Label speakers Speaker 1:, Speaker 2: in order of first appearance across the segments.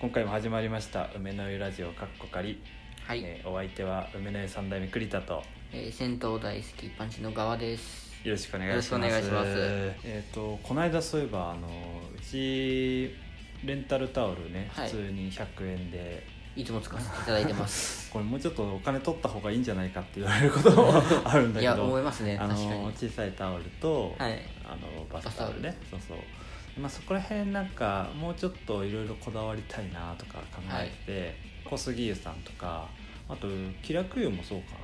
Speaker 1: 今回も始まりました梅の湯ラジオかっこかり、
Speaker 2: はい、え
Speaker 1: えーお相手は梅の湯三代目栗田と
Speaker 2: ー銭湯大好きパンチの側です
Speaker 1: よろしくお願いします
Speaker 2: よろしくお願いします
Speaker 1: えっ、とこの間そういえばあのうちレンタルタオルね
Speaker 2: はい
Speaker 1: 普通に100円で、
Speaker 2: いつも使わせていただいてます
Speaker 1: これもうちょっとお金取った方がいいんじゃないかって言われることも あるん だ
Speaker 2: い
Speaker 1: けど
Speaker 2: や思いますね
Speaker 1: あ
Speaker 2: 確か
Speaker 1: の
Speaker 2: に
Speaker 1: 小さいタオルと、
Speaker 2: はい
Speaker 1: あのバスタオルねそうそうまあそこら辺なんかもうちょっといろいろこだわりたいなとか考えてて、小杉湯さんとかあと気楽湯もそうか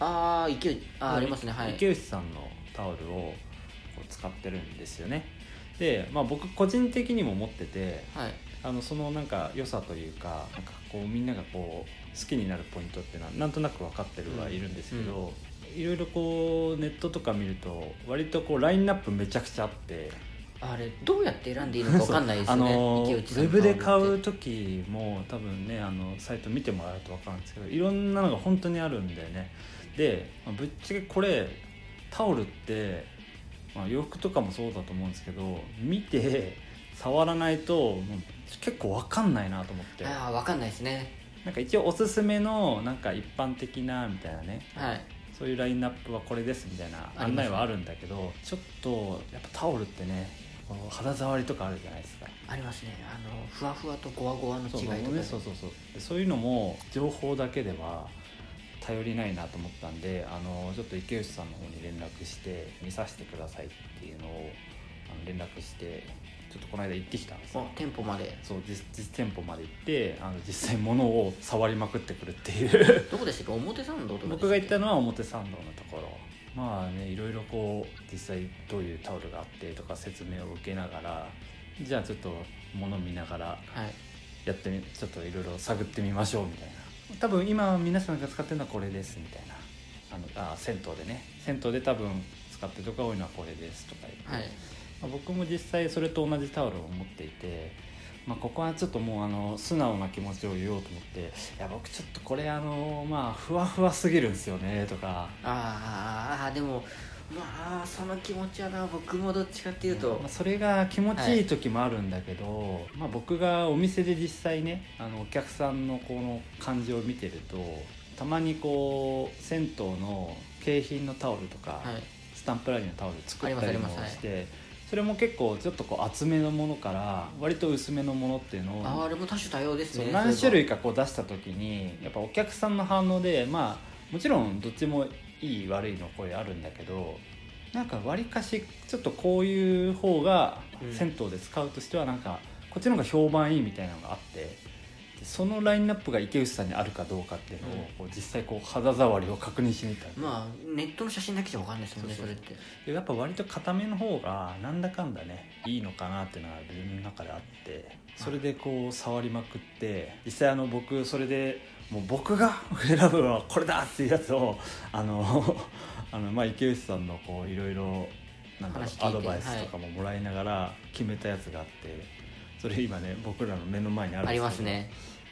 Speaker 2: ああ勢いあ
Speaker 1: な
Speaker 2: ーありますねはい
Speaker 1: 池内さんのタオルをこう使ってるんですよねで、まあ、僕個人的にも持ってて
Speaker 2: はい
Speaker 1: あのそのなんか良さというかなんかこうみんながこう好きになるポイントってななんとなく分かってるはいるんですけど、いろいろこうネットとか見ると割とこうラインナップめちゃくちゃあって
Speaker 2: あれどうやって選んでいいのか分かんないです
Speaker 1: あ
Speaker 2: よね
Speaker 1: のウ
Speaker 2: 池内さん
Speaker 1: ェブで買う
Speaker 2: って
Speaker 1: 時も多分ねあのサイト見てもらうと分かるんですけどいろんなのが本当にあるんだよねで、まあぶっちゃけこれタオルって、まあ、洋服とかもそうだと思うんですけど見て触らないともう結構分かんないなと思って
Speaker 2: ああ分かんないですね
Speaker 1: なんか一応おすすめのなんか一般的なみたいなね
Speaker 2: はい
Speaker 1: そういうラインナップはこれですみたいな
Speaker 2: あり
Speaker 1: 案
Speaker 2: ますね
Speaker 1: 内はあるんだけど、ちょっとやっぱタオルってねこう肌触りとかあるじゃないですか
Speaker 2: ありますねあのふわふわとゴワゴワの違いと
Speaker 1: そう
Speaker 2: かで
Speaker 1: ねそうそうそうでそういうのも情報だけでは頼りないなと思ったんであのちょっと池内さんの方に連絡して見させてくださいっていうのをあの連絡してちょっとこの間行ってきたんですよ
Speaker 2: あ店舗まで
Speaker 1: そう実実店舗まで行ってあの実際物を触りまくってくるっていう
Speaker 2: どこでしたっけ表参道とかでしたっけ
Speaker 1: 僕が行ったのは表参道のところまあねいろいろこう実際どういうタオルがあってとか説明を受けながらじゃあちょっと物見ながら
Speaker 2: はい
Speaker 1: やってみちょっといろいろ探ってみましょうみたいな多分今皆さんが使ってるのはこれですみたいなあのあ銭湯でね銭湯で多分使ってるとこが多いのはこれですとか言って、
Speaker 2: はい
Speaker 1: まあ僕も実際それと同じタオルを持っていて、まあ、ここはちょっともうあの素直な気持ちを言おうと思って「いや僕ちょっとこれあのまあふわふわすぎるんですよね」とか。
Speaker 2: あーあーでもまあその気持ちはな僕もどっちかっていうと、
Speaker 1: まあ、それが気持ちいい時もあるんだけど、まあ、僕がお店で実際ねあのお客さんのこの感じを見てるとたまにこう銭湯の景品のタオルとか、
Speaker 2: はい
Speaker 1: スタンプラリーのタオル作った
Speaker 2: あ
Speaker 1: り
Speaker 2: り
Speaker 1: も
Speaker 2: ますあります
Speaker 1: して、それも結構ちょっとこう厚めのものから割と薄めのものっていうのを
Speaker 2: あーあれも多種多様です
Speaker 1: そう
Speaker 2: ね
Speaker 1: 何種類
Speaker 2: か
Speaker 1: かこう出した時にやっぱお客さんの反応でまあもちろんどっちもいい悪いの声あるんだけどなんかわりかしちょっとこういう方が
Speaker 2: うん
Speaker 1: 銭湯で使うとしてはなんかこっちの方が評判いいみたいなのがあってでそのラインナップが池内さんにあるかどうかっていうのを
Speaker 2: うん
Speaker 1: こう実際こう肌触りを確認しに行ったの
Speaker 2: まあネットの写真だけじゃ分かんないですもんね
Speaker 1: そ
Speaker 2: そう
Speaker 1: そ
Speaker 2: れ
Speaker 1: う
Speaker 2: って
Speaker 1: でやっぱ割と固めの方がなんだかんだねいいのかなっていうのが自分の中であってそれでこう触りまくって実際あの僕それでもう僕が選ぶのはこれだっていうやつをあのあのまあ池内さんのこういろいろなんだろう
Speaker 2: 話聞いて
Speaker 1: アドバイスとかももらいながら決めたやつがあって、それ今ね僕らの目の前にあるん
Speaker 2: あ
Speaker 1: ですけ
Speaker 2: り
Speaker 1: ど
Speaker 2: ますね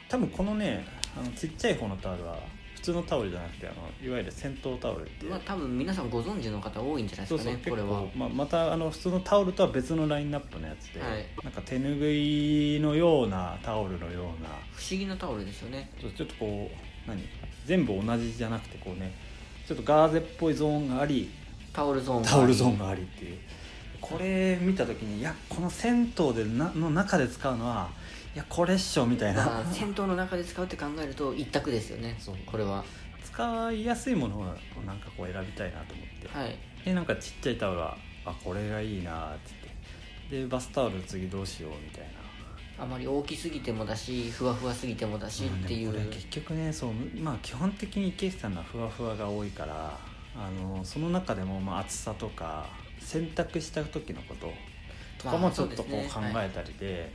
Speaker 1: 多分このねあのちっちゃい方のタオルは普通のタオルじゃなくてあのいわゆる戦闘タオルっていう
Speaker 2: まあ多分皆さんご存知の方多いんじゃない
Speaker 1: そ
Speaker 2: で
Speaker 1: うそ
Speaker 2: すか
Speaker 1: う
Speaker 2: ね
Speaker 1: 結構
Speaker 2: これは
Speaker 1: まあ、またあの普通のタオルとは別のラインナップのやつで、
Speaker 2: はい
Speaker 1: なんか手ぬぐいのようなタオルのような
Speaker 2: 不思議なタオルですよね
Speaker 1: ちょちょっとこう何全部同じじゃなくてこうねちょっとガーゼっぽいゾーンがあり
Speaker 2: タオルゾーン
Speaker 1: タオルゾー
Speaker 2: ン
Speaker 1: ンがありっていうこれ見た時にいやこの銭湯でなの中で使うのはいやこれっしょみたいな
Speaker 2: まあ戦闘の中で使うって考えると一択ですよね
Speaker 1: そう
Speaker 2: これは
Speaker 1: 使いやすいものをなんかこう選びたいなと思って、
Speaker 2: はい
Speaker 1: でなんかちっちゃいタオルはあこれがいいなーって言ってでバスタオル次どうしようみたいな
Speaker 2: あまり大きすぎてもだしふわふわすぎてもだしってい
Speaker 1: ま
Speaker 2: う、
Speaker 1: あねこれ結局ねそうまあ基本的に池内さんがふわふわが多いからあのその中でもまあ厚さとか洗濯した時のこととか
Speaker 2: ま
Speaker 1: も
Speaker 2: あ
Speaker 1: ちょ
Speaker 2: そう
Speaker 1: っ
Speaker 2: で
Speaker 1: と
Speaker 2: す
Speaker 1: こ
Speaker 2: ね
Speaker 1: う考えたりで,、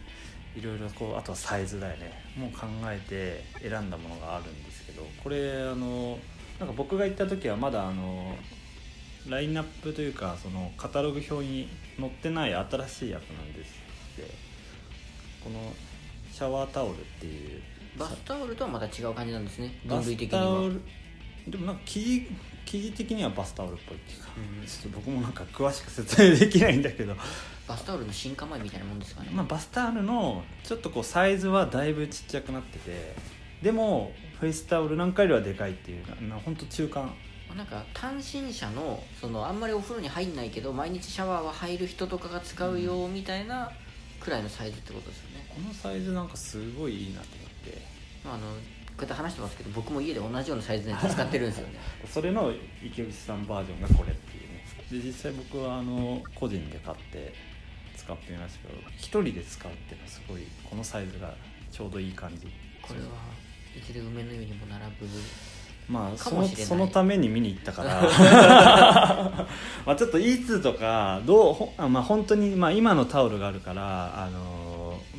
Speaker 1: い、ろいろこうあとはサイズだよねもう考えて選んだものがあるんですけどこれあのなんか僕が行った時はまだあのラインナップというかそのカタログ表に載ってない新しいやつなんですってこのシャワータオルっていう
Speaker 2: バスタオルとはまた違う感じなんですね
Speaker 1: バ
Speaker 2: 分類
Speaker 1: ス
Speaker 2: 的に
Speaker 1: タ
Speaker 2: は
Speaker 1: オルでもなんか生生地的にはバスタオルっぽいっていうか、
Speaker 2: うん
Speaker 1: ちょっと僕もなんか詳しく説明できないんだけど、
Speaker 2: バスタオルの進化前みたいなもんですかね、
Speaker 1: まあ、バスタオルのちょっとこうサイズはだいぶちっちゃくなっててでもフェイスタオルなんかよりはでかいっていうななほんと中間
Speaker 2: なんか単身者のそのあんまりお風呂に入んないけど毎日シャワーは入る人とかが使うよみたいなくらいのサイズってことですよね、
Speaker 1: このサイズなんかすごいいいなと思って
Speaker 2: まあ、あのこうやって話してますけど僕も家で同じようなサイズのや つ使ってるんですよね
Speaker 1: それの池口さんバージョンがこれっていうねで実際僕はあの個人で買って使ってみましたけど一人で使うっていうのはすごいこのサイズがちょうどいい感じ
Speaker 2: これはいずれ梅の湯にも並ぶ
Speaker 1: まあ
Speaker 2: か
Speaker 1: そ
Speaker 2: も
Speaker 1: の
Speaker 2: しれない
Speaker 1: そのために見に行ったから まあちょっといつとかどうほあ、まあ、本当にまあ今のタオルがあるから、あのー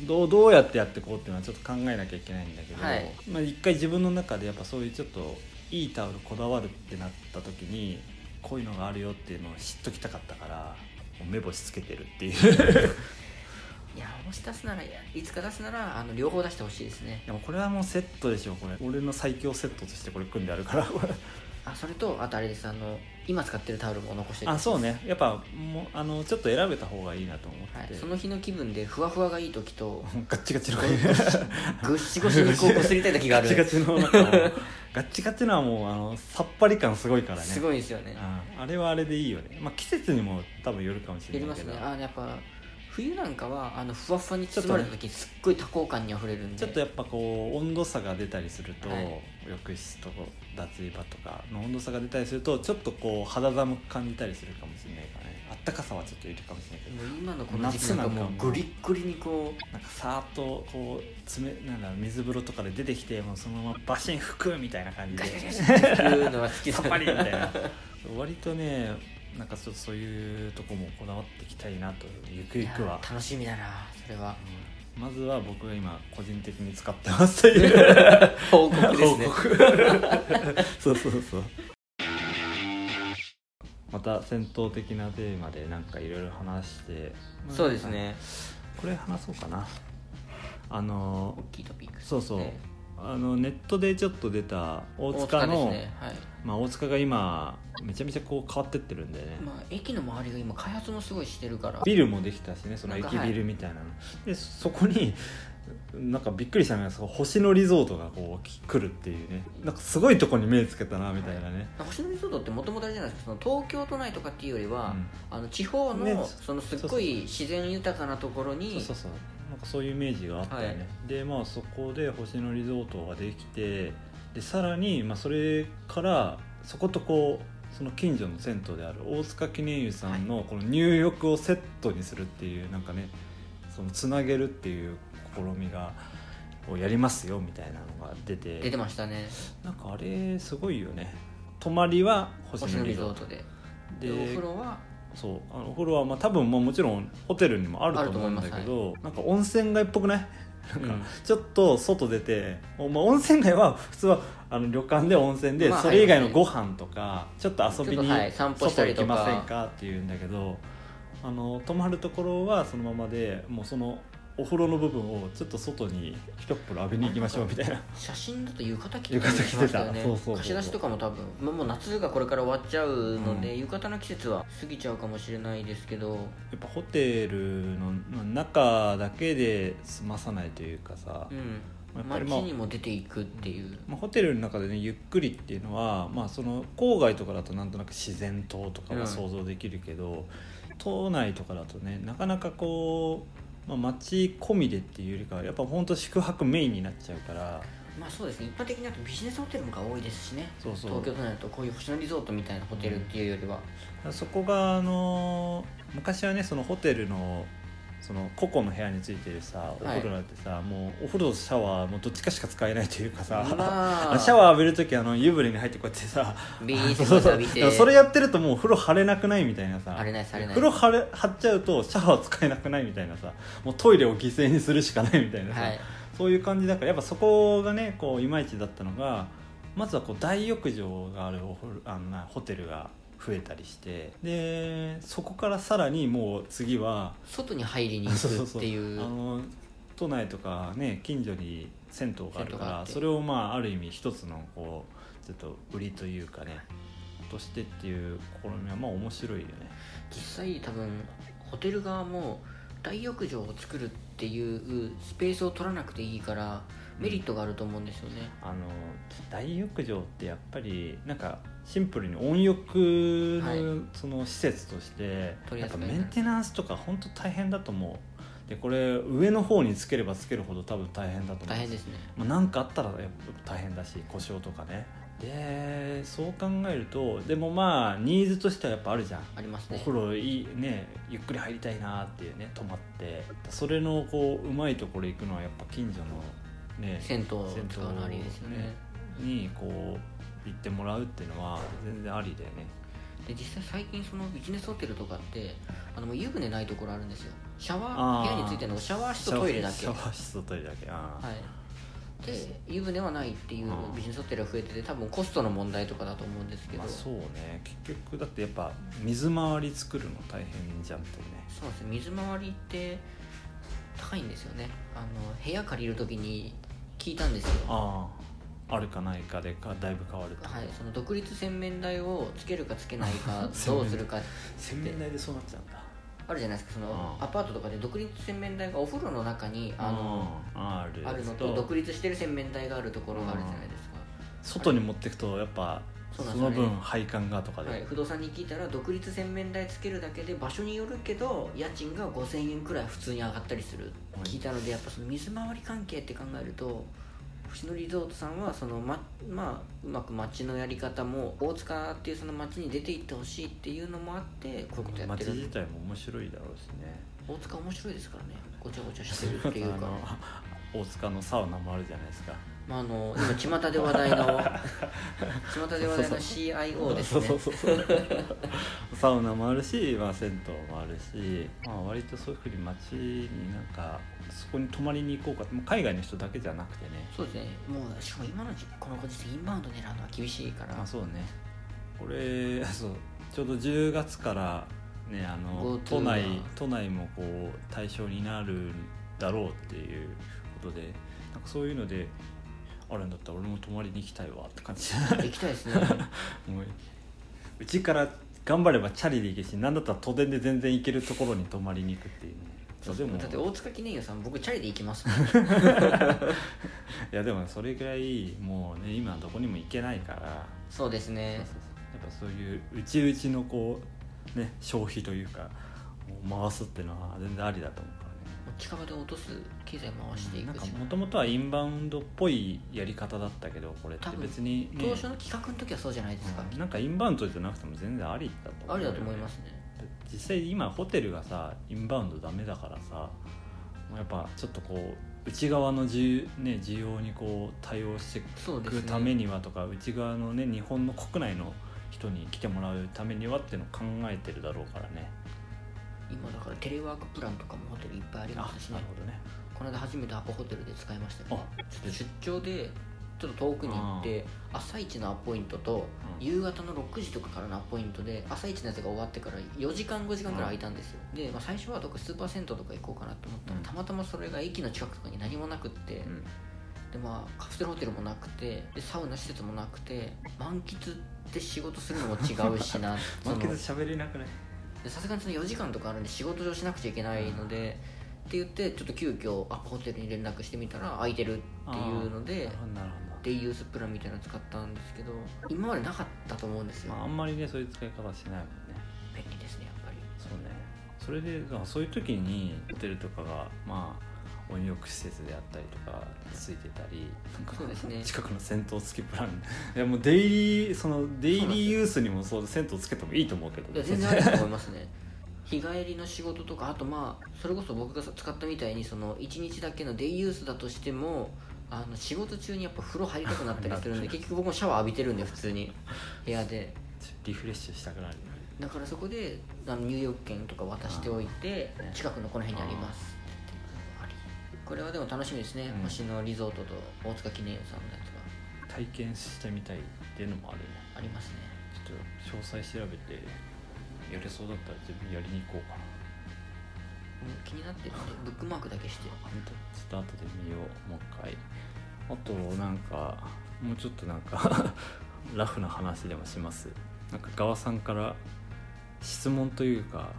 Speaker 1: どうどうやってやっていこうっていうのはちょっと考えなきゃいけないんだけど、
Speaker 2: はい
Speaker 1: まあ、一回自分の中でやっぱそういうちょっといいタオルこだわるってなった時にこういうのがあるよっていうのを知っときたかったからもう目星つけてるっていう
Speaker 2: いやもし出すならいやいつか出すならあの両方出してほしいですね
Speaker 1: でもこれはもうセットでしょこれ俺の最強セットとしてこれ組んであるからこれ
Speaker 2: あそれとあとあれですあの今使ってるタオルも残してる
Speaker 1: あそうねやっぱもうあのちょっと選べた方がいいなと思って、
Speaker 2: はい、その日の気分でふわふわがいい時と
Speaker 1: ガッチガチの
Speaker 2: ぐっしごしにこうこすりたい時がある
Speaker 1: ガッチガチのなんかもうガッチガチのはもうあのさっぱり感すごい からね
Speaker 2: すごいですよね
Speaker 1: うんあれはあれでいいよね、まあ、季節にも多分よるかもし
Speaker 2: や
Speaker 1: れ
Speaker 2: り
Speaker 1: な
Speaker 2: ま
Speaker 1: い
Speaker 2: す
Speaker 1: けど、
Speaker 2: ねあやっぱ冬なんかはあのふわふわに包まれた時にすっごい多幸感にあふれるんで
Speaker 1: ちょっとやっぱこう温度差が出たりすると、
Speaker 2: はい
Speaker 1: 浴室と脱衣場とかの温度差が出たりするとちょっとこう肌寒く感じたりするかもしれないからねあったかさはちょっといるかもしれないけど
Speaker 2: もう今のこの時期なんかもう
Speaker 1: 夏なんかもう
Speaker 2: グリッグリにこう
Speaker 1: なんかさーっとこう冷なんだ水風呂とかで出てきてもうそのままバシン拭くみたいな感じで
Speaker 2: ガシャガシャガシャっていうのが好きです
Speaker 1: さっぱりみたいな割とねなんかちょっとそういうとこもこだわっていきたいなとゆくゆくはい
Speaker 2: や楽しみだなそれは
Speaker 1: うんまずは僕が今個人的に使ってますという
Speaker 2: 報告ですね
Speaker 1: 報告そうそうそうまた戦闘的なテーマでなんかいろいろ話して
Speaker 2: そうですね
Speaker 1: これ話そうかなあの
Speaker 2: 大きいトピック
Speaker 1: そうそう、
Speaker 2: ね
Speaker 1: あのネットでちょっと出た大塚の
Speaker 2: ですねはい
Speaker 1: まあ、大塚が今めちゃめちゃこう変わってってるんでね、
Speaker 2: まあ駅の周りが今開発もすごいしてるから
Speaker 1: ビルもできたしねその
Speaker 2: なんか
Speaker 1: 駅
Speaker 2: はい
Speaker 1: ビルみたいなのでそこになんかびっくりしたのがその星野リゾートがこうき来るっていうねなんかすごいとこに目つけたなみたいなね、
Speaker 2: 星野リゾートってもともとあれじゃないですかその東京都内とかっていうよりは、
Speaker 1: うん
Speaker 2: あの地方の、
Speaker 1: ね
Speaker 2: そのすっごい自然豊かなところに
Speaker 1: そうそうそうなんかそういうイメージがあったよね、
Speaker 2: はい
Speaker 1: でまあそこで星野リゾートができてでさらに、まあ、それからそことこうその近所の銭湯である大塚記念湯さんのこの入浴をセットにするっていうなんかねそのつなげるっていう試みがをやりますよみたいなのが出て
Speaker 2: 出てましたね
Speaker 1: なんかあれすごいよね泊まりは星
Speaker 2: 星野
Speaker 1: 野
Speaker 2: リ
Speaker 1: リゾ
Speaker 2: ゾ
Speaker 1: ー
Speaker 2: ー
Speaker 1: ト
Speaker 2: トで
Speaker 1: で
Speaker 2: でお風呂は
Speaker 1: そうあのお風呂はまあ多分まあもちろんホテルにもあると思うんだけ
Speaker 2: ある
Speaker 1: ど、
Speaker 2: と
Speaker 1: なんか温泉街っぽくない なんか
Speaker 2: うん
Speaker 1: ちょっと外出て、おまあ、温泉街は普通はあの旅館で温泉で、
Speaker 2: まあ
Speaker 1: それ以外のご飯とかちょっと遊び
Speaker 2: ちょっ
Speaker 1: に
Speaker 2: とはい散歩した
Speaker 1: 外
Speaker 2: り
Speaker 1: 行
Speaker 2: と
Speaker 1: き
Speaker 2: か
Speaker 1: ませんかっていうんだけどあの泊まるところはそのままでもうそのお風呂の部分をちょっと外に一風呂浴びに行きましょうみたいな
Speaker 2: 写真だと浴衣着てたりしましたよ
Speaker 1: 浴衣着て
Speaker 2: ね
Speaker 1: たそうそうそう
Speaker 2: 貸し出しとかも多分、まあ、もう夏がこれから終わっちゃうので、
Speaker 1: う
Speaker 2: 浴衣の季節は過ぎちゃうかもしれないですけど
Speaker 1: やっぱホテルのまあ中だけで済まさないというかさ、
Speaker 2: うん
Speaker 1: やっぱ
Speaker 2: 街
Speaker 1: りまあ
Speaker 2: にも出ていくっていう
Speaker 1: まあ、ホテルの中でねゆっくりっていうのは、まあ、その郊外とかだとなんとなく自然島とか
Speaker 2: う
Speaker 1: は
Speaker 2: ん
Speaker 1: 想像できるけど、島内とかだとねなかなかこう、まあ、街込みでっていうよりかはやっぱ本当宿泊メインになっちゃうから
Speaker 2: まあそうですね一般的になとビジネスホテルの方が多いですしね
Speaker 1: そうそう
Speaker 2: 東京都内だとこういう星野リゾートみたいなホテルっていうよりは、
Speaker 1: そこがあのー昔はねそのホテルのその個々の部屋についてるさお風呂なんてさ、もうお風呂とシャワーもどっちかしか使えないというかさ、
Speaker 2: ま あ
Speaker 1: シャワー浴びる時あの湯船に入ってこうやってさ
Speaker 2: ビーって
Speaker 1: そうそう
Speaker 2: 浴び
Speaker 1: でも
Speaker 2: て
Speaker 1: それやってるともう風呂張れなくないみたいなさ
Speaker 2: あれないされない
Speaker 1: 風呂張れ張っちゃうとシャワー使えなくないみたいなさもうトイレを犠牲にするしかないみたいなさ、
Speaker 2: はい
Speaker 1: そういう感じだからやっぱそこがねこういまいちだったのがまずはこう大浴場があるお風呂あのなホテルが増えたりしてでそこからさらにもう次は
Speaker 2: 外に入りに行
Speaker 1: そうそう
Speaker 2: く
Speaker 1: そ
Speaker 2: っていう
Speaker 1: あの都内とかね近所に銭湯がある
Speaker 2: 銭
Speaker 1: か
Speaker 2: 湯があ
Speaker 1: ら
Speaker 2: って
Speaker 1: それをまあある意味一つのこうちょっと売りというかねとしてっていう試みはまあ面白いよね
Speaker 2: 実際多分ホテル側も大浴場を作るっていうスペースを取らなくていいからメリットがあると思うんですよね、
Speaker 1: あの大浴場ってやっぱりなんかシンプルに温浴
Speaker 2: はい
Speaker 1: のその施設として、
Speaker 2: 取り
Speaker 1: なんか
Speaker 2: 扱い
Speaker 1: メンテナンスとか本当大変だと思うでこれ上の方につければつけるほど多分大変だと思う
Speaker 2: 大変ですね
Speaker 1: まあ、なんかあったらやっぱ大変だし故障とかねでそう考えるとでもまあニーズとしてはやっぱあるじゃん
Speaker 2: あります
Speaker 1: お
Speaker 2: ね
Speaker 1: 風呂いいねゆっくり入りたいなっていうね泊まってそれのこううまいところ行くのはやっぱ近所のね
Speaker 2: 銭湯を使うのありですよね
Speaker 1: にこう行ってもらうっていうのは全然ありだよね
Speaker 2: で実際最近そのビジネスホテルとかってあのもう湯船ないところあるんですよシャ
Speaker 1: あ
Speaker 2: ワー
Speaker 1: ー
Speaker 2: 部屋についてるのがシャワー室とトイレだ
Speaker 1: シ
Speaker 2: け
Speaker 1: ャ
Speaker 2: は
Speaker 1: ワー室とトイレだけああ、
Speaker 2: いで湯船はないっていう
Speaker 1: うん
Speaker 2: ビジネスホテルが増えてて多分コストの問題とかだと思うんですけど、
Speaker 1: まあ、そうね結局だってやっぱ水回り作るの大変じゃんってね
Speaker 2: そうですね水回りって高いんですよねあの部屋借りる時に聞いたんですよ
Speaker 1: あああるかないかでかだいぶ変わると
Speaker 2: はいその独立洗面台をつけるかつけない か
Speaker 1: 洗面
Speaker 2: ど
Speaker 1: 台
Speaker 2: うするか
Speaker 1: 洗面台でそうなっちゃうんだ
Speaker 2: あるじゃないですかその
Speaker 1: あー
Speaker 2: アパートとかで独立洗面台がお風呂の中にあの
Speaker 1: ある
Speaker 2: あるのと独立してる洗面台があるところがあるじゃないですか
Speaker 1: 外に持ってくとやっぱ
Speaker 2: そ
Speaker 1: そう
Speaker 2: なんですよ
Speaker 1: の
Speaker 2: ね
Speaker 1: 分配管がとかで、
Speaker 2: はい、不動産に聞いたら独立洗面台つけるだけで場所によるけど家賃が5000円くらい普通に上がったりする
Speaker 1: はい
Speaker 2: 聞いたのでやっぱその水回り関係って考えると星野リゾートさんはそのままあうまく街のやり方も大塚っていうその街に出ていってほしいっていうのもあってこういうことやって
Speaker 1: 街自
Speaker 2: る
Speaker 1: 体も面白いだろうしね
Speaker 2: 大塚面白いですからねごちゃごちゃしてる っていう
Speaker 1: あ
Speaker 2: か
Speaker 1: の大塚のサウナもあるじゃないですか
Speaker 2: まああの今巷で話 題の巷で話題の CIO ですね
Speaker 1: そうそうそうそうサウナもあるし、まあ、銭湯もあるし、まあ、割とそういうふうに街になんかそこに泊まりに行こうかってもう海外の人だけじゃなくてね
Speaker 2: そうですねもうしかも今の時このご時世インバウンド狙うのは厳しいから
Speaker 1: あそうねこれそうちょうど10月からねあの
Speaker 2: GoTo
Speaker 1: 都内
Speaker 2: が
Speaker 1: 都内もこう対象になるだろうっていうことでなんかそういうのであるんだったら俺も泊まりに行きたいわって感 じ
Speaker 2: 行きたいですね
Speaker 1: もううちから頑張ればチャリで行けるし何だったら都電で全然行けるところに泊まりに行くっていうねそうでも
Speaker 2: だって大塚記念湯さん僕チャリで行きますもん
Speaker 1: いやでもそれぐらいもうね今どこにも行けないから
Speaker 2: そうです
Speaker 1: そ
Speaker 2: ね
Speaker 1: うそうそうやっぱそういううちうのこうね消費というかもう回すっていうのは全然ありだと思うからね
Speaker 2: もう近場で落とす経済回してい
Speaker 1: なん
Speaker 2: く
Speaker 1: か
Speaker 2: し
Speaker 1: もともとはインバウンドっぽいやり方だったけどこれって
Speaker 2: 多分
Speaker 1: 別に、ね
Speaker 2: 当初の企画の時はそうじゃないですか、
Speaker 1: うんなんかインバウンドじゃなくても全然ありだと思う
Speaker 2: ありだと思いますね
Speaker 1: 実際今ホテルがさインバウンドダメだからさもうやっぱちょっとこう内側の需,、ね、需要にこう対応して
Speaker 2: そうで
Speaker 1: 行
Speaker 2: す
Speaker 1: く
Speaker 2: ね
Speaker 1: ためにはとか、内側のね日本の国内の人に来てもらうためにはっていうのを考えてるだろうからね
Speaker 2: 今だからテレワークプランとかもホテルいっぱいありま
Speaker 1: あ
Speaker 2: すし
Speaker 1: な
Speaker 2: ね
Speaker 1: るほどね
Speaker 2: この間初めてアポホテルで使いましたよね
Speaker 1: あ
Speaker 2: ちょっと出張でちょっと遠くに行って朝一のアポイントと
Speaker 1: うん
Speaker 2: 夕方の6時とかからのアポイントで朝一のやつが終わってから4時間5時間くらい空いたんですよで、まあ、最初はどっかスーパー銭湯とか行こうかなと思ったら
Speaker 1: うん
Speaker 2: たまたまそれが駅の近くとかに何もなくって、
Speaker 1: うん
Speaker 2: でまあカプセルホテルもなくてでサウナ施設もなくて満喫って仕事するのも違うしな そ
Speaker 1: 満
Speaker 2: の
Speaker 1: 喫喋れなくない
Speaker 2: でさすがにその4時間とかあるんで仕事上しなくちゃいけないので、って言ってちょっと急遽アパホテルに連絡してみたら空いてるっていうので
Speaker 1: なるほどなる
Speaker 2: デイユースプランみたいなの使ったんですけど今までなかったと思うんです
Speaker 1: ほど、
Speaker 2: よ、
Speaker 1: まあ、あんまりねそういう使い方はしないもんね
Speaker 2: 便利ですねやっぱり
Speaker 1: そうねそれでまあそういう時にホテルとかがまあ温浴施設であったりとかついてたりなんか
Speaker 2: そうですね
Speaker 1: 近くの銭湯付きプランいやもうデイリーそのデイリーユースにもそう銭湯つけてもいいと思うけど
Speaker 2: いや全然あると思います ね日帰りの仕事とかあとまあそれこそ僕が使ったみたいにその1日だけのデイユースだとしてもあの仕事中にやっぱ風呂入りたくなった りするんで結局僕もシャワー浴びてるんで普通に部屋で
Speaker 1: リフレッシュしたくなるよね
Speaker 2: だからそこであの入浴券とか渡しておいて
Speaker 1: あーね
Speaker 2: 近くのこの辺にありますありこれはでも楽しみですね、
Speaker 1: うん
Speaker 2: 星野リゾートと大塚記念湯さんのやつ
Speaker 1: 体験してみたいっていうのもあるね
Speaker 2: がありますね
Speaker 1: ちょっと詳細調べてやれそうだったら自分やりに行こうかな
Speaker 2: もう気になって るんでブックマークだけして
Speaker 1: 本当ちょっと後で見ようもう一回 あとなんかもうちょっとなんかラフな話でもしますなんか側さんから質問というか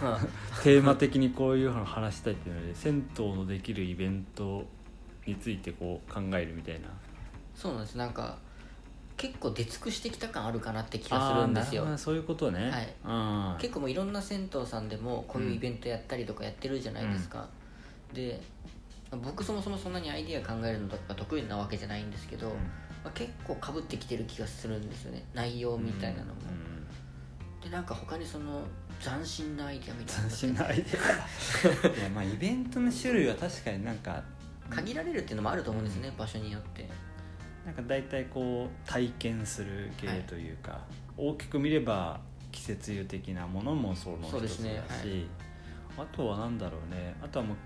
Speaker 2: まあ
Speaker 1: テーマ的にこういうの話したいっていうので銭湯のできるイベントについてこう考えるみたいな
Speaker 2: そうなんですなんか結構出尽くしてきた感あるかなって気がするんですよ
Speaker 1: あーなるほどねそういうことね、
Speaker 2: はい
Speaker 1: あー
Speaker 2: 結構もういろんな銭湯さんでもこういうイベントやったりとかやってるじゃないですか、で僕そもそもそんなにアイディア考えるのとか得意なわけじゃないんですけど、まあ、結構かぶってきてる気がするんですよね内容みたいなのも、でなんか他にその斬新なアイディアみたいなの
Speaker 1: 斬新
Speaker 2: って
Speaker 1: なアイデアいやまあイベントの種類は確かになんか
Speaker 2: 限られるっていうのもあると思うんですね、場所によって
Speaker 1: なんか大体こう体験する系というか、大きく見れば季節湯的なものもその一つ
Speaker 2: そう
Speaker 1: だ
Speaker 2: で
Speaker 1: し、
Speaker 2: すね
Speaker 1: あとは何だろうねあとはもう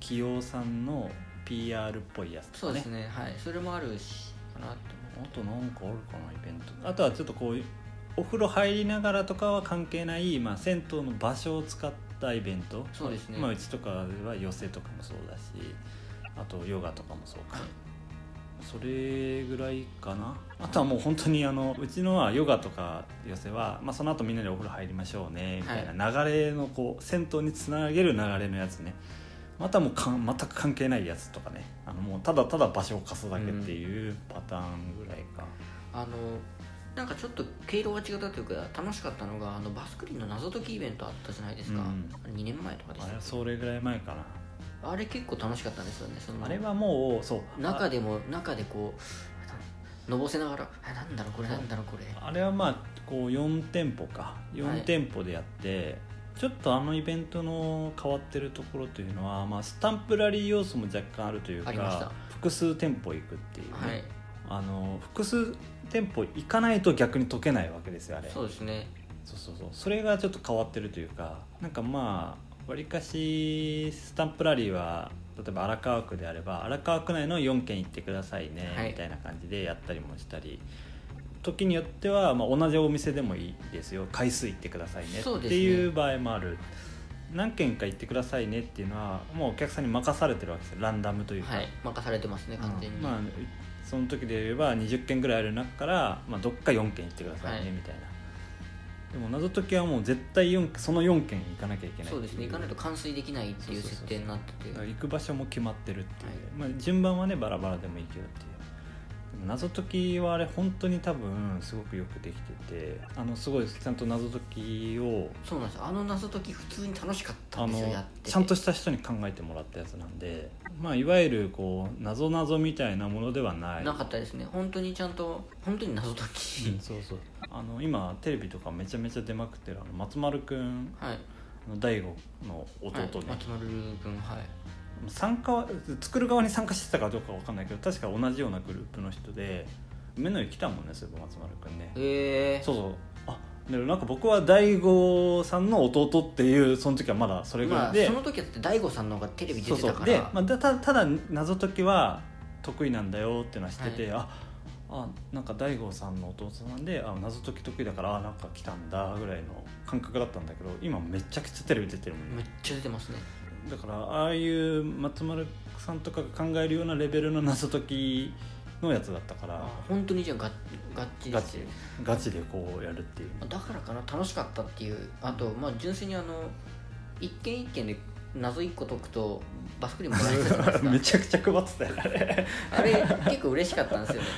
Speaker 1: 企業さんの PR っぽいやつ
Speaker 2: そうですねはいそれもあるしかなって
Speaker 1: あとなんかあるかなイベントあとはちょっとこうお風呂入りながらとかは関係ない、まあ、銭湯の場所を使ったイベント
Speaker 2: そうですね
Speaker 1: まあ、うちとかは寄せとかもそうだしあとヨガとかもそうか、
Speaker 2: はい
Speaker 1: それぐらいかなあとはもう本当にあのうちのはヨガとか寄せは、まあ、その後みんなでお風呂入りましょうねみたいな流れのこう銭湯につなげる流れのやつねまたもうかん全く関係ないやつとかねあのもうただただ場所を貸すだけっていうパターンぐらいか、
Speaker 2: あのなんかちょっと経路が違ったというか楽しかったのがあのバスクリンの謎解きイベントあったじゃないです
Speaker 1: う
Speaker 2: か、
Speaker 1: ん
Speaker 2: あれ2年前とかでし
Speaker 1: あれ
Speaker 2: た
Speaker 1: はそれぐらい前かな、
Speaker 2: あれ結構楽しかったんですよねその
Speaker 1: あれはもうそう
Speaker 2: 中でも中でこうのぼせながら「あなんだろうこれなんだろうこれ」
Speaker 1: あれはまあこう4店舗か
Speaker 2: はい
Speaker 1: 4店舗でやって、ちょっとあのイベントの変わってるところというのは、まあ、スタンプラリー要素も若干あるという
Speaker 2: ありまし
Speaker 1: か
Speaker 2: た
Speaker 1: 複数店舗行くっていうね、
Speaker 2: はい
Speaker 1: あの複数店舗行かないと逆に解けないわけですよあれ
Speaker 2: そうですね
Speaker 1: そうそうそうそれがちょっと変わってるというかなんかまあわりかしスタンプラリーは例えば荒川区であれば荒川区内の4軒行ってくださいね、
Speaker 2: はい
Speaker 1: みたいな感じでやったりもしたり時によっては、まあ、同じお店でもいいですよ回数行ってくださいね
Speaker 2: そ
Speaker 1: っ
Speaker 2: うですね
Speaker 1: ていう場合もある、何軒か行ってくださいねっていうのはもうお客さんに任されてるわけですよランダムというか、
Speaker 2: はい任されてますね完全に、
Speaker 1: まあその時で言えば20件ぐらいある中から、まあ、どっか4件行ってくださいね、
Speaker 2: はい
Speaker 1: みたいなでも謎解きはもう絶対4その4件行かなきゃいけない
Speaker 2: そうですね行かないと
Speaker 1: だ
Speaker 2: 完遂できないっていう
Speaker 1: そうそう
Speaker 2: 設
Speaker 1: そう
Speaker 2: 定になってて
Speaker 1: から行く場所も決まってるっていう、まあ、順番はねバラバラでもいいけどっていうでも謎解きはあれ本当に多分すごくよくできててあのすごいちゃんと謎解きを
Speaker 2: そうなんですあの謎解き普通に楽しかった
Speaker 1: あ
Speaker 2: んですよ
Speaker 1: の
Speaker 2: やってて
Speaker 1: ちゃんとした人に考えてもらったやつなんで、まあ、いわゆるこう謎謎みたいなものではない
Speaker 2: なかったですね本当にちゃんと本当に謎解き、
Speaker 1: うんそうそうあの今テレビとかめちゃめちゃ出まくってるあの松丸くん
Speaker 2: はい
Speaker 1: あの大悟の弟ね、
Speaker 2: はい、松丸君はい
Speaker 1: 参加は作る側に参加してたかどうかわかんないけど確か同じようなグループの人で目の上来たもんねそういえば松丸くんね
Speaker 2: ええ
Speaker 1: そうそうあでもなんか僕は大悟さんの弟っていうその時はまだそれぐ
Speaker 2: ま
Speaker 1: ら
Speaker 2: あ、
Speaker 1: いで、
Speaker 2: その時だって大悟さんの方がテレビ出
Speaker 1: そう
Speaker 2: て
Speaker 1: そ
Speaker 2: た
Speaker 1: う
Speaker 2: から
Speaker 1: で、まあ、だたただ謎解きは得意なんだよっていうのは知ってて、ああなんか大悟さんのお父さんなんであ謎解き得意だからあなんか来たんだぐらいの感覚だったんだけど今めちゃくちゃテレビ出てるもん
Speaker 2: め
Speaker 1: ね
Speaker 2: っちゃ出てますね
Speaker 1: だからああいう松丸さんとかが考えるようなレベルの謎解きのやつだったから
Speaker 2: 本当にじゃあガッガッチリ
Speaker 1: ガ
Speaker 2: です
Speaker 1: チガチでこうやるって いう
Speaker 2: だからかな楽しかったっていうあとまあ純粋にあの一件一件で謎一個解くとバスクリンもらえたじゃない ですか
Speaker 1: めちゃくちゃ配ってたよねあれ
Speaker 2: あれ結構嬉しかったんですよね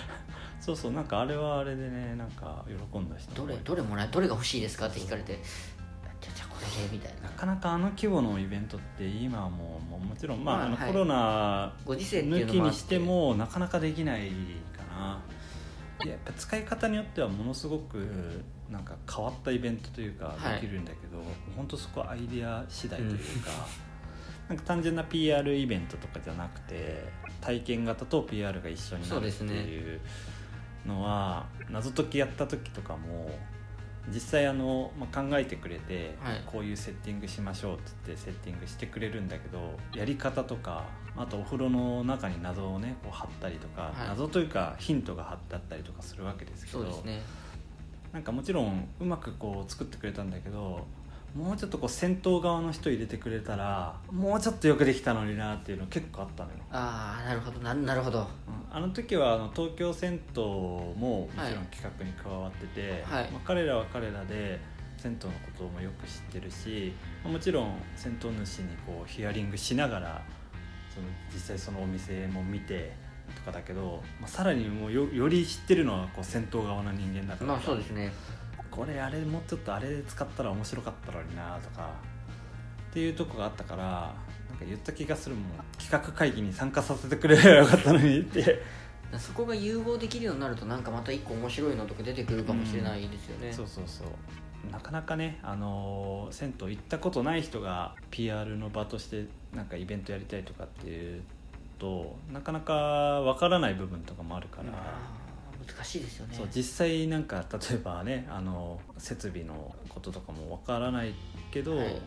Speaker 1: そうそうなんかあれはあれでねなんか喜んだ人
Speaker 2: ど
Speaker 1: も多
Speaker 2: れ
Speaker 1: い
Speaker 2: どれもらえどれが欲しいですかって聞かれてじゃあじゃあこれでみたいな
Speaker 1: なかなかあの規模のイベントって今はもうもうもちろん、まあ
Speaker 2: まあ
Speaker 1: あの
Speaker 2: はい
Speaker 1: コロナ
Speaker 2: ご時世ってい
Speaker 1: 抜
Speaker 2: うの
Speaker 1: き
Speaker 2: もあ
Speaker 1: に
Speaker 2: って
Speaker 1: してもなかなかできないかな。でやっぱ使い方によってはものすごくなんか変わったイベントというか
Speaker 2: はい
Speaker 1: できるんだけど、本当そこはアイデア次第というか、 なんか単純な PR イベントとかじゃなくて体験型と PR が一緒にな
Speaker 2: そう
Speaker 1: る
Speaker 2: で
Speaker 1: って
Speaker 2: すね
Speaker 1: いうのは謎解きやった時とかも実際あの、まあ、考えてくれて、
Speaker 2: はい
Speaker 1: こういうセッティングしましょうって言ってセッティングしてくれるんだけどやり方とかあとお風呂の中に謎をねこう貼ったりとか、
Speaker 2: はい
Speaker 1: 謎というかヒントが貼ってあったりとかするわけですけ
Speaker 2: そう
Speaker 1: ど
Speaker 2: ですね
Speaker 1: なんかもちろんうまくこう作ってくれたんだけどもうちょっとこう戦闘側の人入れてくれたらもうちょっとよくできたのになっていうの結構あったのよ、
Speaker 2: ああなるほどななるほどは
Speaker 1: うんあの時はあの東京銭湯もも
Speaker 2: はい
Speaker 1: ちろん企画に加わってて、
Speaker 2: はい
Speaker 1: まあ、彼らは彼らで銭湯のこともよく知ってるしまあもちろん銭湯主にこうヒアリングしながらその実際そのお店も見てとかだけど、まあ、さらにもうよより知ってるのはこう銭湯側の人間だから、
Speaker 2: まあそうですね
Speaker 1: これあれもうちょっとあれ使ったら面白かったのになとかっていうとこがあったからなんか言った気がするもん企画会議に参加させてくれればよかったのにって。
Speaker 2: そこが融合できるようになるとなんかまた一個面白いのとか出てくるかもしれないですよね、
Speaker 1: そうそうそうなかなかね、あのー銭湯行ったことない人が PR の場としてなんかイベントやりたいとかっていうとなかなかわからない部分とかもあるから、
Speaker 2: あー難しいですよね
Speaker 1: そう実際なんか例えばね、あの設備のこととかもわからないけど、
Speaker 2: はい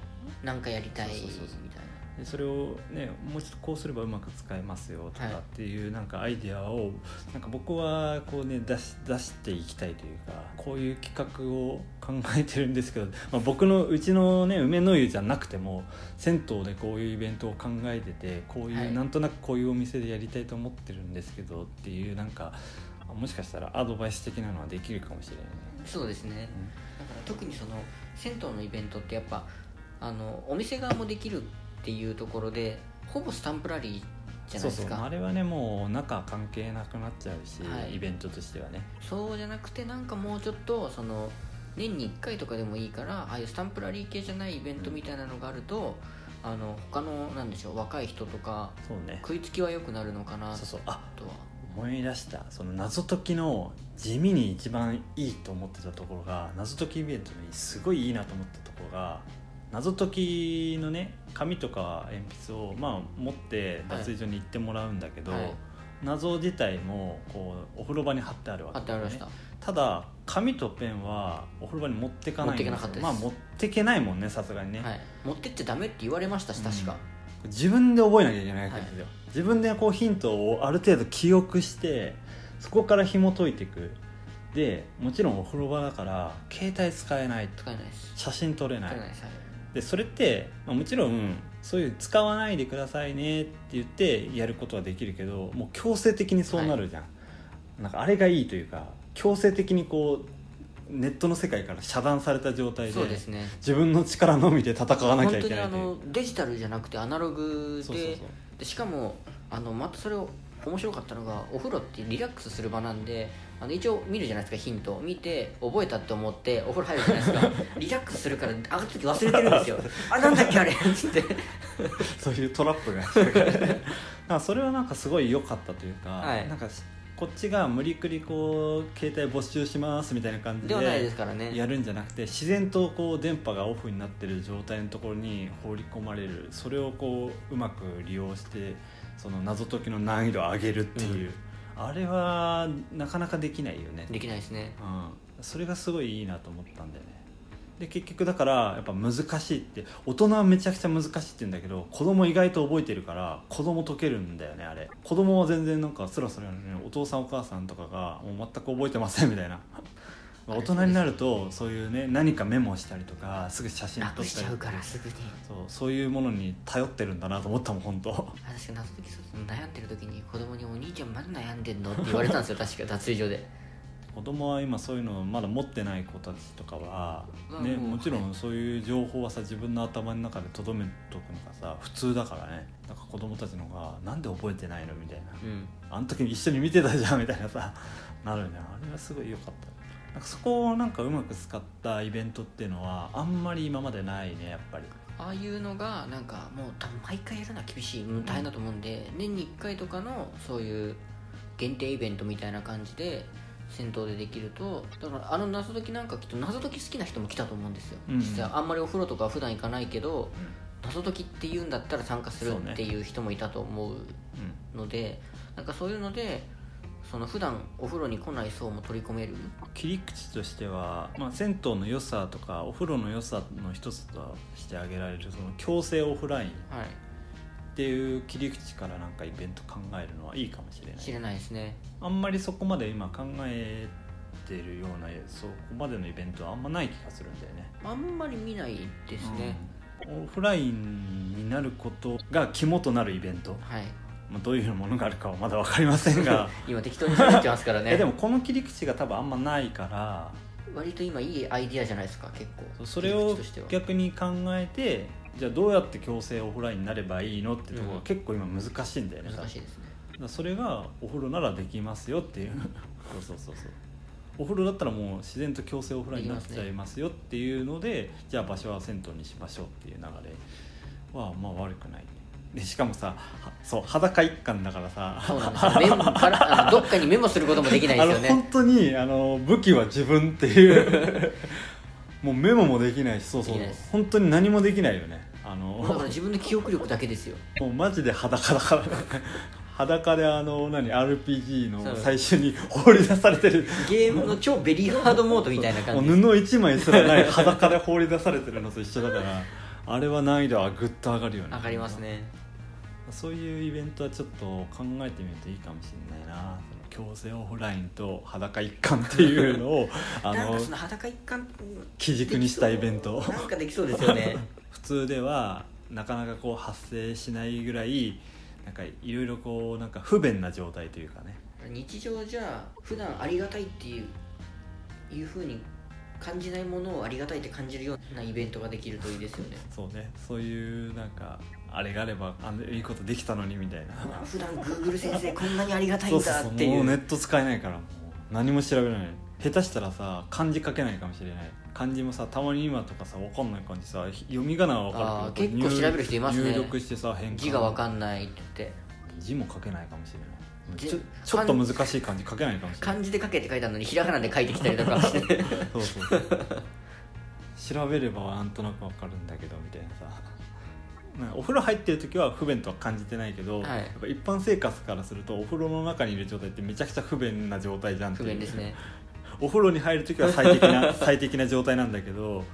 Speaker 2: なんかやりたいみたい
Speaker 1: そう
Speaker 2: な
Speaker 1: そうそうでそれをねもうちょっとこうすればうまく使えますよと
Speaker 2: はい
Speaker 1: かっていうなんかアイデアをなんか僕はこうね出し出していきたいというかこういう企画を考えてるんですけど、まあ、僕のうちのね梅の湯じゃなくても銭湯でこういうイベントを考えててこういう、
Speaker 2: はい
Speaker 1: なんとなくこういうお店でやりたいと思ってるんですけどっていうなんかもしかしたらアドバイス的なのはできるかもしれないね。
Speaker 2: そうですねだから特にその銭湯のイベントってやっぱあのお店側もできるっていうところでほぼスタンプラリーじ
Speaker 1: そ
Speaker 2: ゃない
Speaker 1: う
Speaker 2: で
Speaker 1: そ
Speaker 2: す
Speaker 1: う
Speaker 2: か
Speaker 1: あれはねもう中関係なくなっちゃうし、
Speaker 2: はい
Speaker 1: イベントとしてはね。
Speaker 2: そうじゃなくてなんかもうちょっとその年に1回とかでもいいからああいうスタンプラリー系じゃないイベントみたいなのがあると、あの他のなんでしょう若い人とか
Speaker 1: そうね
Speaker 2: 食いつきは良くなるのかな
Speaker 1: そうそうあ
Speaker 2: とは
Speaker 1: 思い出したその謎解きの地味に一番いいと思ってたところが謎解きイベントにすごいいいなと思ったところが謎解きのね紙とか鉛筆を、まあ、持って脱衣所に行ってもらうんだけど、
Speaker 2: はい
Speaker 1: 謎自体もこうお風呂場に貼ってあるわ
Speaker 2: あ
Speaker 1: け
Speaker 2: ってありました、
Speaker 1: ただ紙とペンはお風呂場に持ってかないん
Speaker 2: 持ってけなかったです
Speaker 1: まあ持ってけないもんねさすがにね、
Speaker 2: はい、持ってっちゃダメって言われましたし確か、
Speaker 1: 自分で覚えなきゃいけないわけですよ、自分でこうヒントをある程度記憶してそこから紐解いていくでもちろんお風呂場だから携帯使えないと
Speaker 2: 使えないです
Speaker 1: 写真撮れない
Speaker 2: 使えないですはい
Speaker 1: でそれって、まあ、もちろんそういう使わないでくださいねって言ってやることはできるけどもう強制的にそうなるじゃん、なんかあれがいいというか強制的にこうネットの世界から遮断された状態で
Speaker 2: そうですね
Speaker 1: 自分の力のみで戦わなきゃいけないという
Speaker 2: 本当にあのデジタルじゃなくてアナログで
Speaker 1: そうそうそう
Speaker 2: でしかもあのまたそれを面白かったのがお風呂ってリラックスする場なんであの一応見るじゃないですかヒント見て覚えたって思ってお風呂入るじゃない ですかリラックスするから上がった時忘れてるんです よあなんだっけあれっつって
Speaker 1: そういうトラップがなんかそれはなんかすごい良かったというか、
Speaker 2: はい
Speaker 1: なんかしこっちが無理くりこう携帯没収しますみたいな感じ
Speaker 2: ではないで
Speaker 1: です
Speaker 2: からね
Speaker 1: やるんじゃなくて自然とこう電波がオフになってる状態のところに放り込まれるそれをこううまく利用してその謎解きの難易度を上げるっていう、あれはなかなかできないよね
Speaker 2: できないですね
Speaker 1: うん、それがすごいいいなと思ったんだよねで結局だからやっぱ難しいって大人はめちゃくちゃ難しいって言うんだけど子供意外と覚えてるから子供解けるんだよねあれ子供は全然なんかスラスラやるのにお父さんお母さんとかがもう全く覚えてませんみたいな
Speaker 2: あれ
Speaker 1: 大人になるとそういうね何かメモしたりとかすぐ写真撮
Speaker 2: 楽
Speaker 1: っ
Speaker 2: したち
Speaker 1: り
Speaker 2: ゃうからすぐに
Speaker 1: そうそういうものに頼ってるんだなと思ったもん本当
Speaker 2: あ確か謎解きそう悩んでる時に子供に「お兄ちゃんまだ悩んでんの?」って言われたんですよ確か脱衣所で
Speaker 1: 子供は今そういうのをまだ持ってない子たちとかは、
Speaker 2: うん
Speaker 1: ね、
Speaker 2: うん
Speaker 1: もちろんそういう情報はさ自分の頭の中で留めとくのがさ普通だからねなんか子供たちのが「なんで覚えてないの?」みたいな
Speaker 2: うん
Speaker 1: 「あの時一緒に見てたじゃん」みたいなさなるよねあれはすごい良かったなんかそこをなんかうまく使ったイベントっていうのはあんまり今までないねやっぱり
Speaker 2: ああいうのがなんかもう多分毎回やるのは厳しいうん大変だと思うんで、年に1回とかのそういう限定イベントみたいな感じで戦闘でできるとだからあの謎解きなんかきっと謎解き好きな人も来たと思うんですよ、
Speaker 1: うん
Speaker 2: 実はあんまりお風呂とか普段行かないけど謎解きっていうんだったら参加する
Speaker 1: そうね
Speaker 2: っていう人もいたと思う
Speaker 1: う
Speaker 2: のでなんかそういうのでその普段お風呂に来ない層も取り込める
Speaker 1: ん切り口としては、まあ、銭湯の良さとかお風呂の良さの一つとして挙げられるその強制オフライン
Speaker 2: はい
Speaker 1: っていう切り口からなんかイベント考えるのはいいかもしれな
Speaker 2: 知
Speaker 1: い
Speaker 2: れないですね
Speaker 1: あんまりそこまで今考えっているようなそこまでのイベントはあんまない気がするんだよね。
Speaker 2: あんまり見ないですね、
Speaker 1: うんオフラインになることが肝となるイベント、
Speaker 2: はい
Speaker 1: まあ、どういうものがあるかはまだ分かりませんが、
Speaker 2: 今適当に喋ってますから ね
Speaker 1: えでもこの切り口が多分あんまないから
Speaker 2: 割と今いいアイディアじゃないですか結構
Speaker 1: そうそれを
Speaker 2: 切り口としては
Speaker 1: 逆に考えてじゃあどうやって強制オフラインになればいいのってところ
Speaker 2: う
Speaker 1: が
Speaker 2: ん
Speaker 1: 結構今難しいんだよね、多分
Speaker 2: 難しいですね
Speaker 1: だからそれがお風呂ならできますよっていうそうそうそうそうお風呂だったらもう自然と強制お風呂になっちゃいますよっていうのでじゃあ場所は銭湯にしましょうっていう流れはまあ悪くないでしかもさはそう裸一貫だからさ
Speaker 2: そうなんですよメモからあのどっかにメモすることもできない
Speaker 1: あ
Speaker 2: で
Speaker 1: の
Speaker 2: すよ
Speaker 1: 本
Speaker 2: ね
Speaker 1: 当にあの武器は自分っていう もうメモもできないしそうそう
Speaker 2: できないです
Speaker 1: 本当に何もできないよねあの
Speaker 2: だから自分の記憶力だけですよ
Speaker 1: もうマジで裸だから 裸であの何 RPG
Speaker 2: そう
Speaker 1: の最初に放り出されてる
Speaker 2: ゲームの超ベリーハードモードみたいな
Speaker 1: も
Speaker 2: 感
Speaker 1: う
Speaker 2: じ です
Speaker 1: 布一枚すら ない裸で放り出されてるのと一緒だからあれは難易度はぐっと上がるよね
Speaker 2: 上がりますね
Speaker 1: そういうイベントはちょっと考えてみるといいかもしれないなその強制オフラインと裸一貫っていうの をあ
Speaker 2: なん
Speaker 1: の
Speaker 2: かその裸一貫
Speaker 1: 基軸にしたイベント
Speaker 2: なんかできそうですよね
Speaker 1: 普通ではなかなかこう発生しないぐらいなんかいろいろこうなんか不便な状態というかね
Speaker 2: 日常じゃ普段ありがたいっていういうふうに感じないものをありがたいって感じるようなイベントができるといいですよね
Speaker 1: そうねそういうなんかあれがあればあのいいことできたのにみたいな
Speaker 2: まあ普段 Google 先生こんなにありがたい
Speaker 1: そ
Speaker 2: ん
Speaker 1: うそう
Speaker 2: だ
Speaker 1: そう
Speaker 2: ってい
Speaker 1: もう
Speaker 2: う
Speaker 1: ネット使えないからもう何も調べられない下手したらさ漢字書けないかもしれない漢字もさたまに今とかさ分かんない感じさ読み仮名は分かるけど
Speaker 2: あー結構
Speaker 1: 入
Speaker 2: 調べる人いますね
Speaker 1: 入力してさ変換
Speaker 2: 字がわかんないって言って
Speaker 1: 字も書けないかもしれない
Speaker 2: 字
Speaker 1: ちょちょっと難しい漢字書けないかもしれない
Speaker 2: 漢字で書けって書いてあるのにひらがなで書いてきたりとかして
Speaker 1: そうそうそう調べればなんとなくわかるんだけどみたいなさなんかお風呂入ってる時は不便とは感じてないけど、
Speaker 2: はい
Speaker 1: やっぱ一般生活からするとお風呂の中にいる状態ってめちゃくちゃ不便な状態じゃんって
Speaker 2: 不
Speaker 1: いう
Speaker 2: 便ですね
Speaker 1: お風呂に入る時は最適な最適な状態なんだけど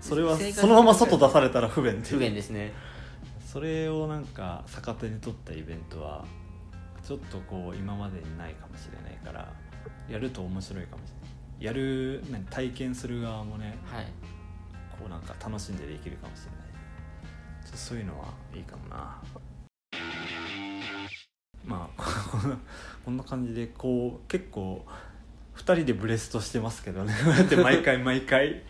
Speaker 1: それは
Speaker 2: 生活
Speaker 1: そのまま外出されたら不便って
Speaker 2: 不
Speaker 1: いう
Speaker 2: 便ですね
Speaker 1: それをなんか逆手に取ったイベントはちょっとこう今までにないかもしれないからやると面白いかもしれないやる何体験する側もね
Speaker 2: はい
Speaker 1: こうなんか楽しんでできるかもしれないちょっとそういうのはいいかもなまあ こんなこんな感じでこう結構2人でブレストしてますけどねこうやって毎回毎回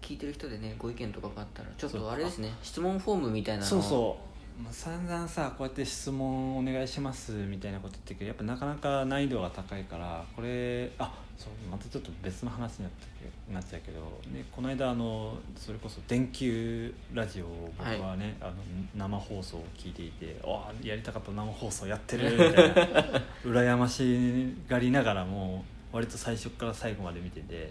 Speaker 2: 聞いてる人でねご意見とかがあったらちょっ
Speaker 1: そう
Speaker 2: とあれですね質問フォームみたいなのを
Speaker 1: そうそう、まあ、散々さこうやって質問お願いしますみたいなこと言ってるけどやっぱなかなか難易度が高いからこれあそうまたちょっと別の話になってなっちゃうけど、ね、この間あのそれこそ電球ラジオを僕はね、あの生放送を聞いていてああやりたかった生放送やってるみたいな羨ましがりながらも割と最初から最後まで見てて。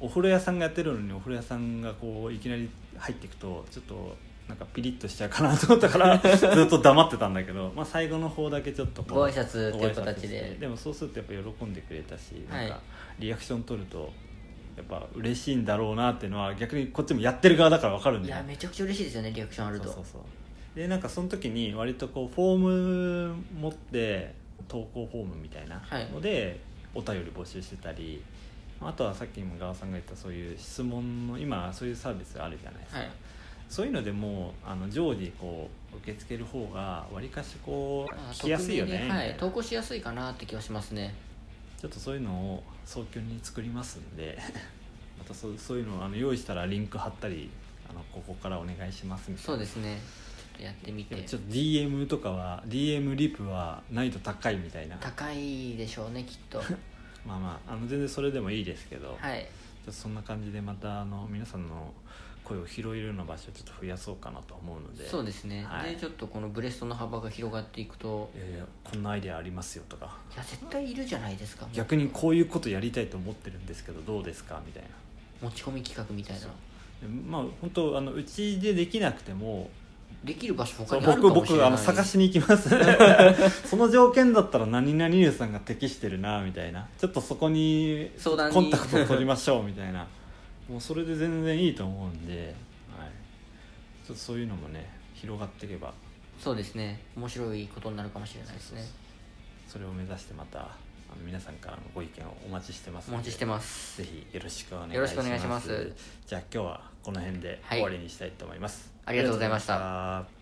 Speaker 1: お風呂屋さんがやってるのにお風呂屋さんがこういきなり入っていくとちょっとなんかピリッとしちゃうかなと思ったから ずっと黙ってたんだけど、まあ、最後の方だけちょっとこう
Speaker 2: ご挨拶っていう
Speaker 1: ご挨拶
Speaker 2: 形
Speaker 1: して
Speaker 2: で
Speaker 1: でもそうするとやっぱ喜んでくれたし、
Speaker 2: はい
Speaker 1: なんかリアクション取るとやっぱ嬉しいんだろうなっていうのは逆にこっちもやってる側だから分かるん
Speaker 2: い
Speaker 1: だよ
Speaker 2: や
Speaker 1: ね
Speaker 2: めちゃくちゃ嬉しいですよねリアクションあると
Speaker 1: そうそうそうでなんかその時に割とこうフォーム持って投稿フォームみたいな
Speaker 2: はい
Speaker 1: のでお便り募集してたり、あとはさっきもガワさんが言ったそういう質問の今そういうサービスあるじゃないですか、
Speaker 2: はい
Speaker 1: そういうのでもうあの常時こう受け付ける方がわりかしこう
Speaker 2: あ
Speaker 1: 聞きやすいよ
Speaker 2: 匿
Speaker 1: ね
Speaker 2: 名で
Speaker 1: みた
Speaker 2: はいい
Speaker 1: な
Speaker 2: 投稿しやすいかなって気はしますね
Speaker 1: ちょっとそういうのを早急に作りますんで またそうそういうのをあの用意したらリンク貼ったりあのここからお願いしますみたいな
Speaker 2: そうですねちょっとやってみ
Speaker 1: で
Speaker 2: て
Speaker 1: もちょっと DM とかは DM リプは難易度高いみたいな
Speaker 2: 高いでしょうねきっ と
Speaker 1: まあまああの全然それでもいいですけど、ちょ
Speaker 2: はい
Speaker 1: っとそんな感じでまたあの皆さんの声を拾えるような場所をちょっと増やそうかなと思うので
Speaker 2: そうですね、
Speaker 1: はい
Speaker 2: でちょっとこのブレストの幅が広がっていくと
Speaker 1: いやいやこんなアイデアありますよとか
Speaker 2: いや絶対いるじゃないですかもう
Speaker 1: 逆にこういうことやりたいと思ってるんですけどどうですかみたいな
Speaker 2: 持ち込み企画みたいな
Speaker 1: でまあ本当あのうちでできなくても
Speaker 2: できる場所
Speaker 1: そ
Speaker 2: 他
Speaker 1: う
Speaker 2: にある
Speaker 1: 僕
Speaker 2: かもし
Speaker 1: 僕
Speaker 2: れない
Speaker 1: あの探しに行きます その条件だったら何々ゆうさんが適してるなみたいなちょっとそこに
Speaker 2: 相談に
Speaker 1: コンタクト取りましょうみたいなもうそれで全然いいと思うんで、はい、ちょっとそういうのもね広がっていけば
Speaker 2: そうですね面白いことになるかもしれないですね
Speaker 1: それを目指してまたああの皆さんからのご意見をお待ちしてます
Speaker 2: お
Speaker 1: ので
Speaker 2: 待ちしてます
Speaker 1: ぜひよろしくお願いします
Speaker 2: よろしくお願いします
Speaker 1: じゃあ今日はこの辺で
Speaker 2: はい
Speaker 1: 終わりにしたいと思います、
Speaker 2: ありがとうございました
Speaker 1: ありがとうございました